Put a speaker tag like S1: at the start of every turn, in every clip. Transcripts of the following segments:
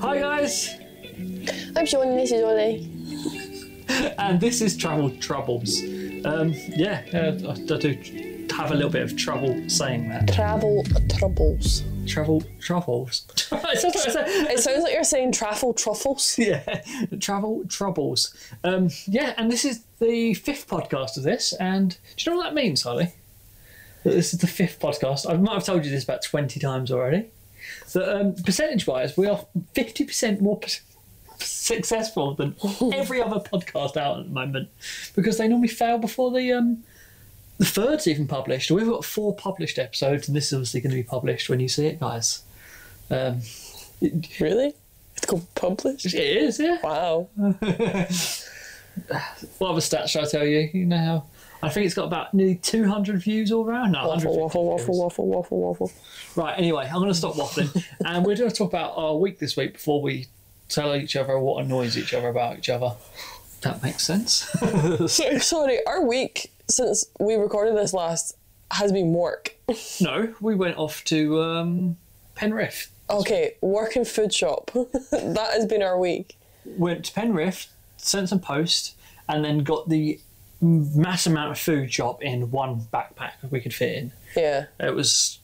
S1: Hi guys,
S2: Hope you all this is Ollie.
S1: and Uh, this is Travel Troubles. Um, yeah, uh, I, I do have a little bit of trouble saying that.
S2: Travel troubles.
S1: Travel Troubles.
S2: It sounds like you're saying travel truffles.
S1: yeah, Travel Troubles. Um, yeah, and this is the fifth podcast of this. And do you know what that means, Holly? That this is the fifth podcast. I might have told you this about twenty times already. That um, percentage-wise, we are fifty percent more. Per- successful than every other podcast out at the moment because they normally fail before the um the third's even published. We've got four published episodes, and this is obviously going to be published when you see it, guys. Um, it,
S2: Really? It's called publish?
S1: it is, yeah.
S2: Wow.
S1: What other stats should I tell you? You know how I think it's got about nearly 200 views all round. No, 150
S2: Waffle, waffle, waffle,
S1: views.
S2: waffle, waffle, waffle.
S1: Right, anyway, I'm going to stop waffling. and we're going to talk about our week this week before we tell each other what annoys each other about each other. That makes sense.
S2: So, sorry, our week since we recorded this last has been work.
S1: no, we went off to um, Penrith.
S2: Okay, work in food shop. that has been our week.
S1: Went to Penrith, sent some post, and then got the mass amount of food shop in one backpack we could fit in.
S2: Yeah.
S1: It was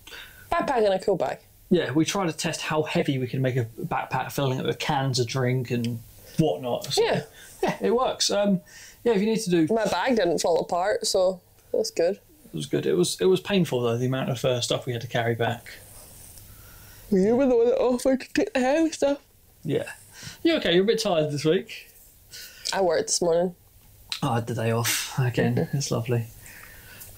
S2: Backpack and a cool bag.
S1: yeah, we try to test how heavy we can make a backpack, filling it with cans of drink and whatnot. So,
S2: Yeah.
S1: yeah, it works. Um, yeah, if you need to do, it
S2: My bag didn't fall apart, so that's good.
S1: was good. It was it was painful though the amount of uh, stuff we had to carry back.
S2: You were the Oh, one that offered to take the heavy stuff.
S1: Yeah, you okay? You're a bit tired this week.
S2: I worked this morning.
S1: Oh, I had the day off again. it's lovely. Mm-hmm.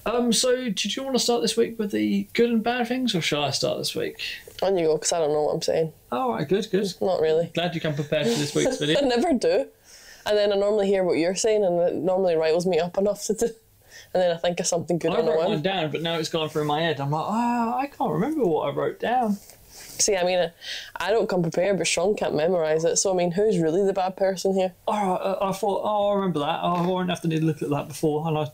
S1: Um, so did you want to start this week with the good and bad things, or shall I start this week?
S2: On you go, because I don't know what I'm saying.
S1: All right, good, good.
S2: Not really.
S1: Glad you come prepared for this week's video.
S2: I never do. And then I normally hear what you're saying, and it normally riles me up enough to do. And then I think of something good
S1: I
S2: on the
S1: wrote one
S2: one.
S1: down, but now it's gone through my head. I'm like, oh, I can't remember what I wrote down.
S2: See, I mean, I don't come prepared, but Sean can't memorise it. So, I mean, who's really the bad person here?
S1: oh, I, I thought, oh, I remember that. Oh, I won't have to need to look at that before. And I,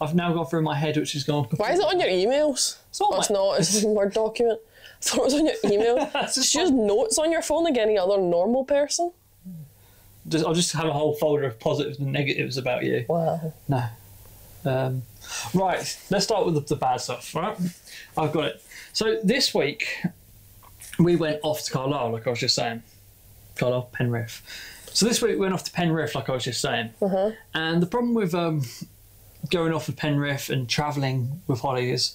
S1: I've now gone through my head, which has gone.
S2: Why is it on your emails?
S1: It's not
S2: Oh, it's
S1: my-
S2: not. It's a Word document. I thought it was on your email.
S1: It's just
S2: it's just notes on your phone like any other normal person.
S1: Just, I'll just have a whole folder of positives and negatives about you.
S2: Wow.
S1: No. Um, right, let's start with the, the bad stuff, right? I've got it. So this week, we went off to Carlisle, like I was just saying. Carlisle, Penrith. So this week we went off to Penrith, like I was just saying. And the problem with um, going off with Penrith and travelling with Holly is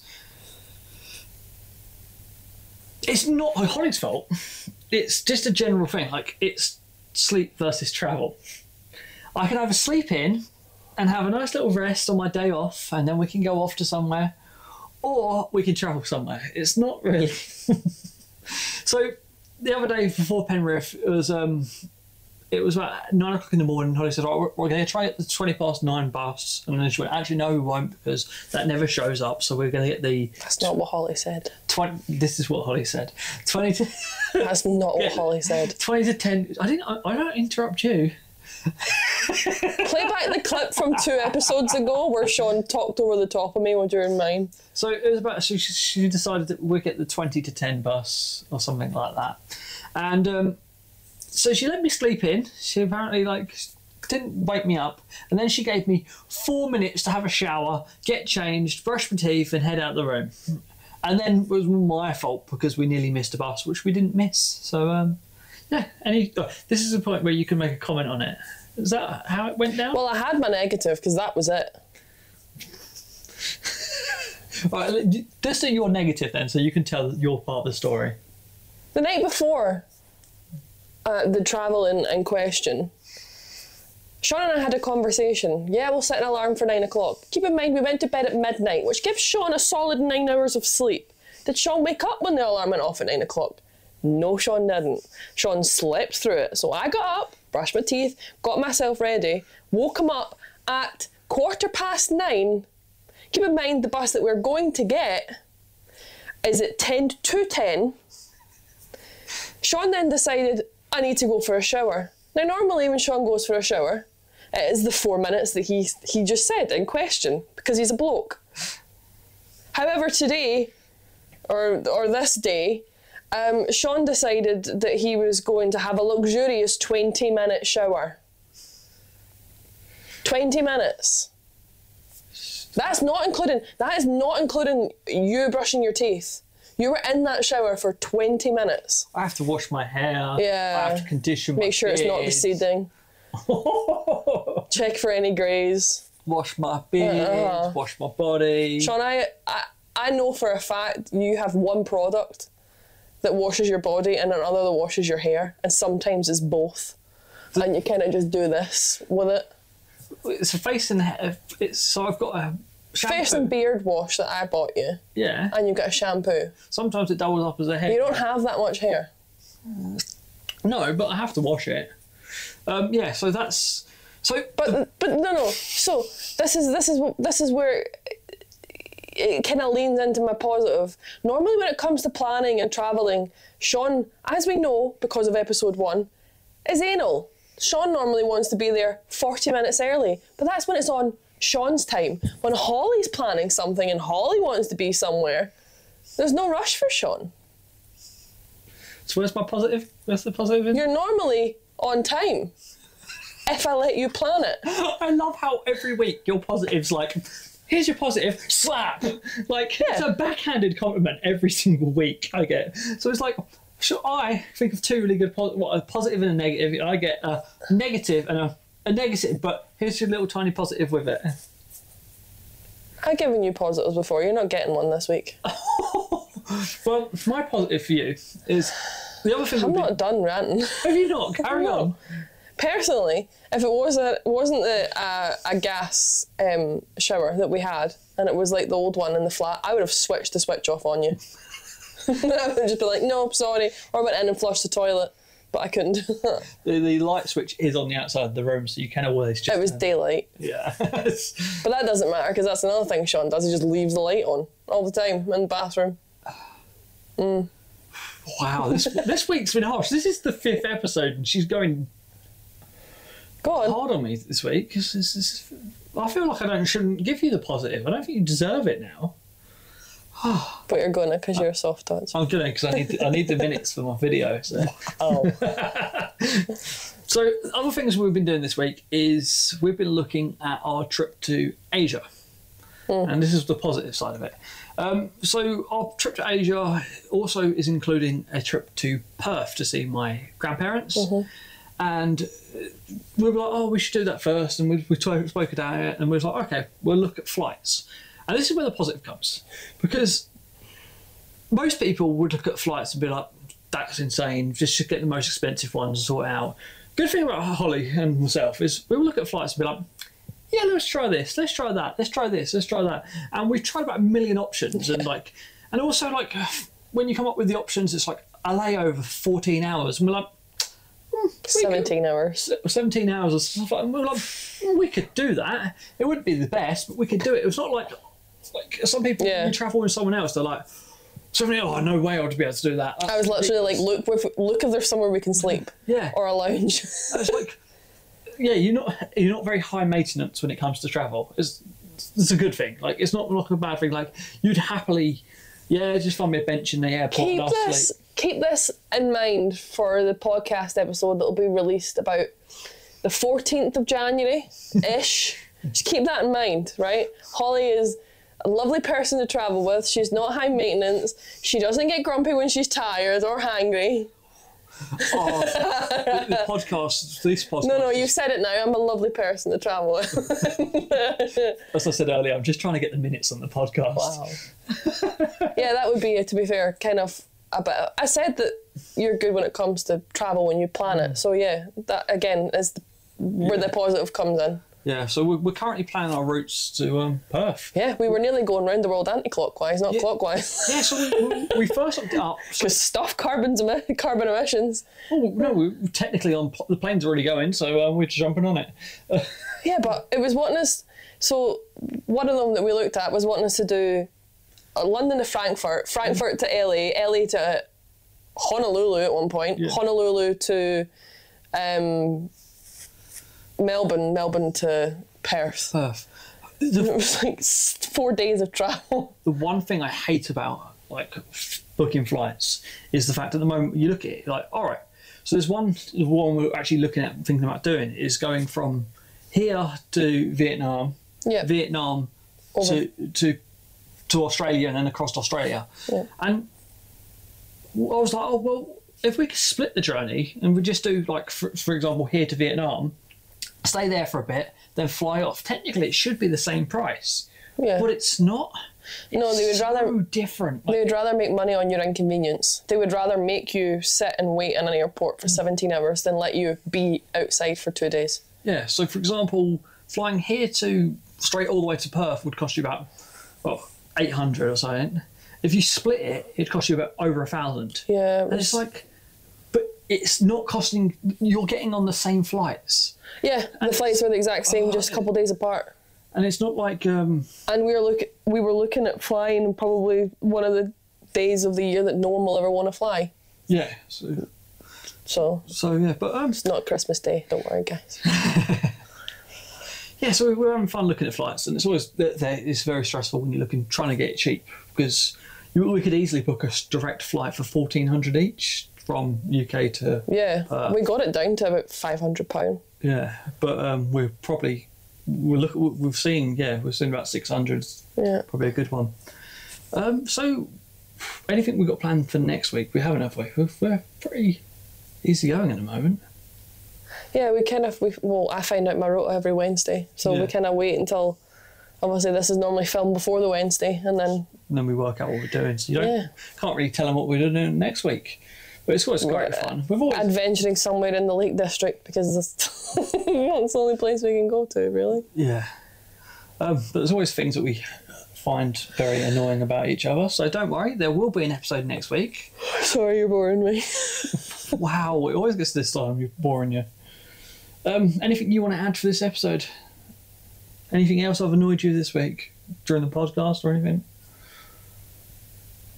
S1: it's not Holly's fault. It's just a general thing. Like it's sleep versus travel. I can either sleep in and have a nice little rest on my day off, and then we can go off to somewhere, or we can travel somewhere. It's not really. so the other day before Penrith, it was um, it was about nine o'clock in the morning. Holly said, "Right, we're, we're going to try at the twenty past nine bus," and then she went, "Actually, no, we won't because that never shows up. So we're going to get the
S2: That's not what Holly said.
S1: twenty. This is what Holly said. Twenty to
S2: That's not what Holly said.
S1: twenty to ten. I didn't. I, I don't interrupt you.
S2: Play back the clip from two episodes ago where Sean talked over the top of me while during mine.
S1: So it was about she, she decided that we'd get the twenty to ten bus or something like that, and um, so she let me sleep in. She apparently like didn't wake me up, and then she gave me four minutes to have a shower, get changed, brush my teeth, and head out the room. And then it was my fault because we nearly missed a bus, which we didn't miss. So um, yeah, any oh, this is a point where you can make a comment on it. Is that how it went down?
S2: Well, I had my negative because that was it.
S1: right, let's do your negative then, so you can tell your part of the story.
S2: The night before uh, the travel in, in question, Sean and I had a conversation. Yeah, we'll set an alarm for nine o'clock. Keep in mind, we went to bed at midnight, which gives Sean a solid nine hours of sleep. Did Sean wake up when the alarm went off at nine o'clock? No, Sean didn't. Sean slept through it. So I got up, brushed my teeth, got myself ready, woke him up at quarter past nine. Keep in mind, the bus that we're going to get is at 10 to 10. Sean then decided, I need to go for a shower. Now, normally when Sean goes for a shower, it is the four minutes that he, he just said in question because he's a bloke. However, today, or, or this day, um, Sean decided that he was going to have a luxurious 20 minute shower. 20 minutes. That's not including that is not including you brushing your teeth. You were in that shower for 20 minutes.
S1: I have to wash my hair.
S2: Yeah.
S1: I have to condition my
S2: Make sure it's not the
S1: beard,
S2: seeding. Check for any greys.
S1: Wash my beard,
S2: Uh-uh.
S1: wash my body.
S2: Sean, I, I I know for a fact you have one product that washes your body and another that washes your hair, and sometimes it's both. and you kind of just do this with it.
S1: It's a face and hair. It's, so I've got a shampoo.
S2: Face and beard wash that I bought you,
S1: yeah.
S2: and you get a shampoo.
S1: Sometimes it doubles up as a hair.
S2: You don't have that much hair.
S1: No, but I have to wash it. Um, yeah, so that's so.
S2: But but no no. So this is this is this is where it kind of leans into my positive. Normally, when it comes to planning and traveling, Sean, as we know because of episode one, is anal. Sean normally wants to be there forty minutes early, but that's when it's on Sean's time. When Holly's planning something and Holly wants to be somewhere, there's no rush for Sean.
S1: So where's my positive? Where's the positive? In?
S2: You're normally on time. If I let you plan it,
S1: I love how every week your positives like. Here's your positive slap. Like it's
S2: Yeah.
S1: a backhanded compliment every single week I get. So it's like, should I think of two really good po- what a positive and a negative? I get a negative and a, a negative, but here's your little tiny positive with it.
S2: I've given you positives before. You're not getting one this week.
S1: Well, my positive for you is the other thing.
S2: I'm
S1: would be-
S2: not done ranting.
S1: Have you not? Carry
S2: not.
S1: on.
S2: Personally, if it was a, wasn't the, uh, a gas um, shower that we had and it was like the old one in the flat, I would have switched the switch off on you. I would just be like, nope, sorry, or went in and flushed the toilet, but I couldn't. it
S1: The, the light switch is on the outside of the room, so you can always just.
S2: was daylight.
S1: Yeah.
S2: But that doesn't matter because that's another thing Sean does. He just leaves the light on all the time in the bathroom.
S1: wow, this this week's been harsh. This is the fifth episode, and she's going
S2: Go on.
S1: hard on me this week. 'cause this is- I feel like I don't shouldn't give you the positive. I don't think you deserve it now.
S2: But you're going to because you're a soft touch.
S1: I'm gonna because I need the, I need the minutes for my video. So.
S2: Oh.
S1: so other things we've been doing this week is we've been looking at our trip to Asia, and this is the positive side of it. Um, so our trip to Asia also is including a trip to Perth to see my grandparents. And uh, we were like, oh, we should do that first. And we, we t- spoke about it. And we was like, okay, we'll look at flights. And this is where the positive comes. Because most people would look at flights and be like, that's insane. Just should get the most expensive ones and sort it out. Good thing about Holly and myself is we will look at flights and be like, yeah, let's try this, let's try that, let's try this, let's try that. And we've tried about a million options. And like, and also like when you come up with the options, it's like a layover, 14 hours. And we're like,
S2: 17 hours.
S1: 17 hours or stuff like, and we were like "Mm, we could do that it wouldn't be the best but we could do it it was not like like some people
S2: Yeah.
S1: you travel with someone else they're like somebody oh no way I would be able to do that
S2: I was literally like, look, if- look if there's somewhere we can sleep
S1: yeah
S2: or a lounge.
S1: it's like yeah you're not you're not very high maintenance when it comes to travel it's it's a good thing like it's not like a bad thing like you'd happily yeah just find me a bench in the airport and
S2: keep
S1: I'll
S2: this
S1: sleep
S2: keep this in mind for the podcast episode that will be released about the 14th of January ish. Just keep that in mind, right? Holly is a lovely person to travel with. She's not high maintenance. She doesn't get grumpy when she's tired or hangry.
S1: oh, the, the podcast this podcast
S2: No, no, you've said it now. I'm a lovely person to travel with.
S1: as I said earlier I'm just trying to get the minutes on the podcast
S2: yeah, that would be, to be fair, kind of a bit. I said that you're good when it comes to travel when you plan it. So, yeah, that again is the, where the positive comes in.
S1: Yeah, so we're, we're currently planning our routes to um, Perth.
S2: Yeah, we were nearly going round the world anti-clockwise, not clockwise.
S1: Yeah, so we, we, we first looked it up. So,
S2: Because stuff carbon's emi- carbon emissions.
S1: oh, no, we we're technically on pl- the plane's already going, so um, we're just jumping on it.
S2: Yeah, but it was wanting us. So one of them that we looked at was wanting us to do uh, London to Frankfurt, Frankfurt to LA, LA to Honolulu at one point,
S1: Yeah.
S2: Honolulu to um, Melbourne, Melbourne to Perth.
S1: Perth.
S2: It was like s- four days of travel.
S1: The one thing I hate about like f- booking flights is the fact at the moment you look at it like all right. So there's one the one we're actually looking at thinking about doing is going from here to Vietnam,
S2: Yeah.
S1: Vietnam
S2: Over.
S1: to to to Australia and then across to Australia.
S2: Yeah.
S1: And I was like, oh well, if we could split the journey and we just do like for, for example here to Vietnam, stay there for a bit, then fly off. Technically, it should be the same price,
S2: yeah.
S1: but it's not.
S2: No, they would
S1: so
S2: rather
S1: different.
S2: They would rather make money on your inconvenience. They would rather make you sit and wait in an airport for 17 hours than let you be outside for two days.
S1: Yeah. So, for example, flying here to straight all the way to Perth would cost you about well eight hundred or something. If you split it, it'd cost you about over a thousand.
S2: Yeah. it
S1: And
S2: was-
S1: it's like, but it's not costing. You're getting on the same flights,
S2: yeah, the flights were the exact same, just a couple days apart.
S1: and it's not like um,
S2: And we were look we were looking at flying probably one of the days of the year that no one will ever want to fly.
S1: yeah. So,
S2: So
S1: so yeah, but um,
S2: it's not Christmas Day. Don't worry, guys.
S1: yeah. So we were having fun looking at flights, and it's always they're, they're- it's very stressful when you're looking trying to get it cheap because you, we could easily book a direct flight for fourteen hundred each from UK to
S2: Yeah,
S1: Uh,
S2: we got it down to about 500 pound.
S1: Yeah, but um, we're probably we're look we've seen yeah we've seen about six hundred.
S2: Yeah.
S1: probably a good one. Um, so anything we have got planned for next week? We haven't, have we? We're, we're pretty easy going at the moment.
S2: Yeah, we kind of we well, I find out my rota every Wednesday, so
S1: Yeah.
S2: we kind of wait until obviously this is normally filmed before the Wednesday, and then
S1: And then we work out what we're doing. So you don't
S2: Yeah.
S1: can't really tell them what we're doing next week. But it's always great fun. We've always
S2: adventuring somewhere in the Lake District because that's, that's the only place we can go to, really.
S1: Yeah. Um, but there's always things that we find very annoying about each other. So don't worry, there will be an episode next week.
S2: Sorry, you're boring me.
S1: Wow, it always gets this time. You're boring you. Um, anything you want to add for this episode? Anything else I've annoyed you this week during the podcast or anything?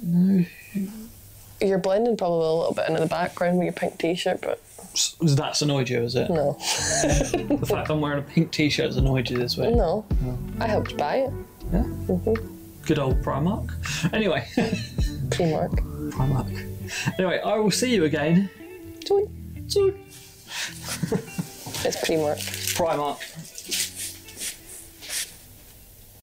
S1: No.
S2: You're blending probably a little bit into the background with your pink T-shirt, but
S1: S- That's annoyed you, is it?
S2: no,
S1: The fact I'm wearing a pink t-shirt has annoyed you this week.
S2: no, I helped buy it.
S1: Yeah.
S2: Mm-hmm.
S1: Good old Primark. Anyway,
S2: Teamwork.
S1: Primark. Anyway, I will see you again.
S2: Toot.
S1: Soon.
S2: It's pre-work.
S1: Primark.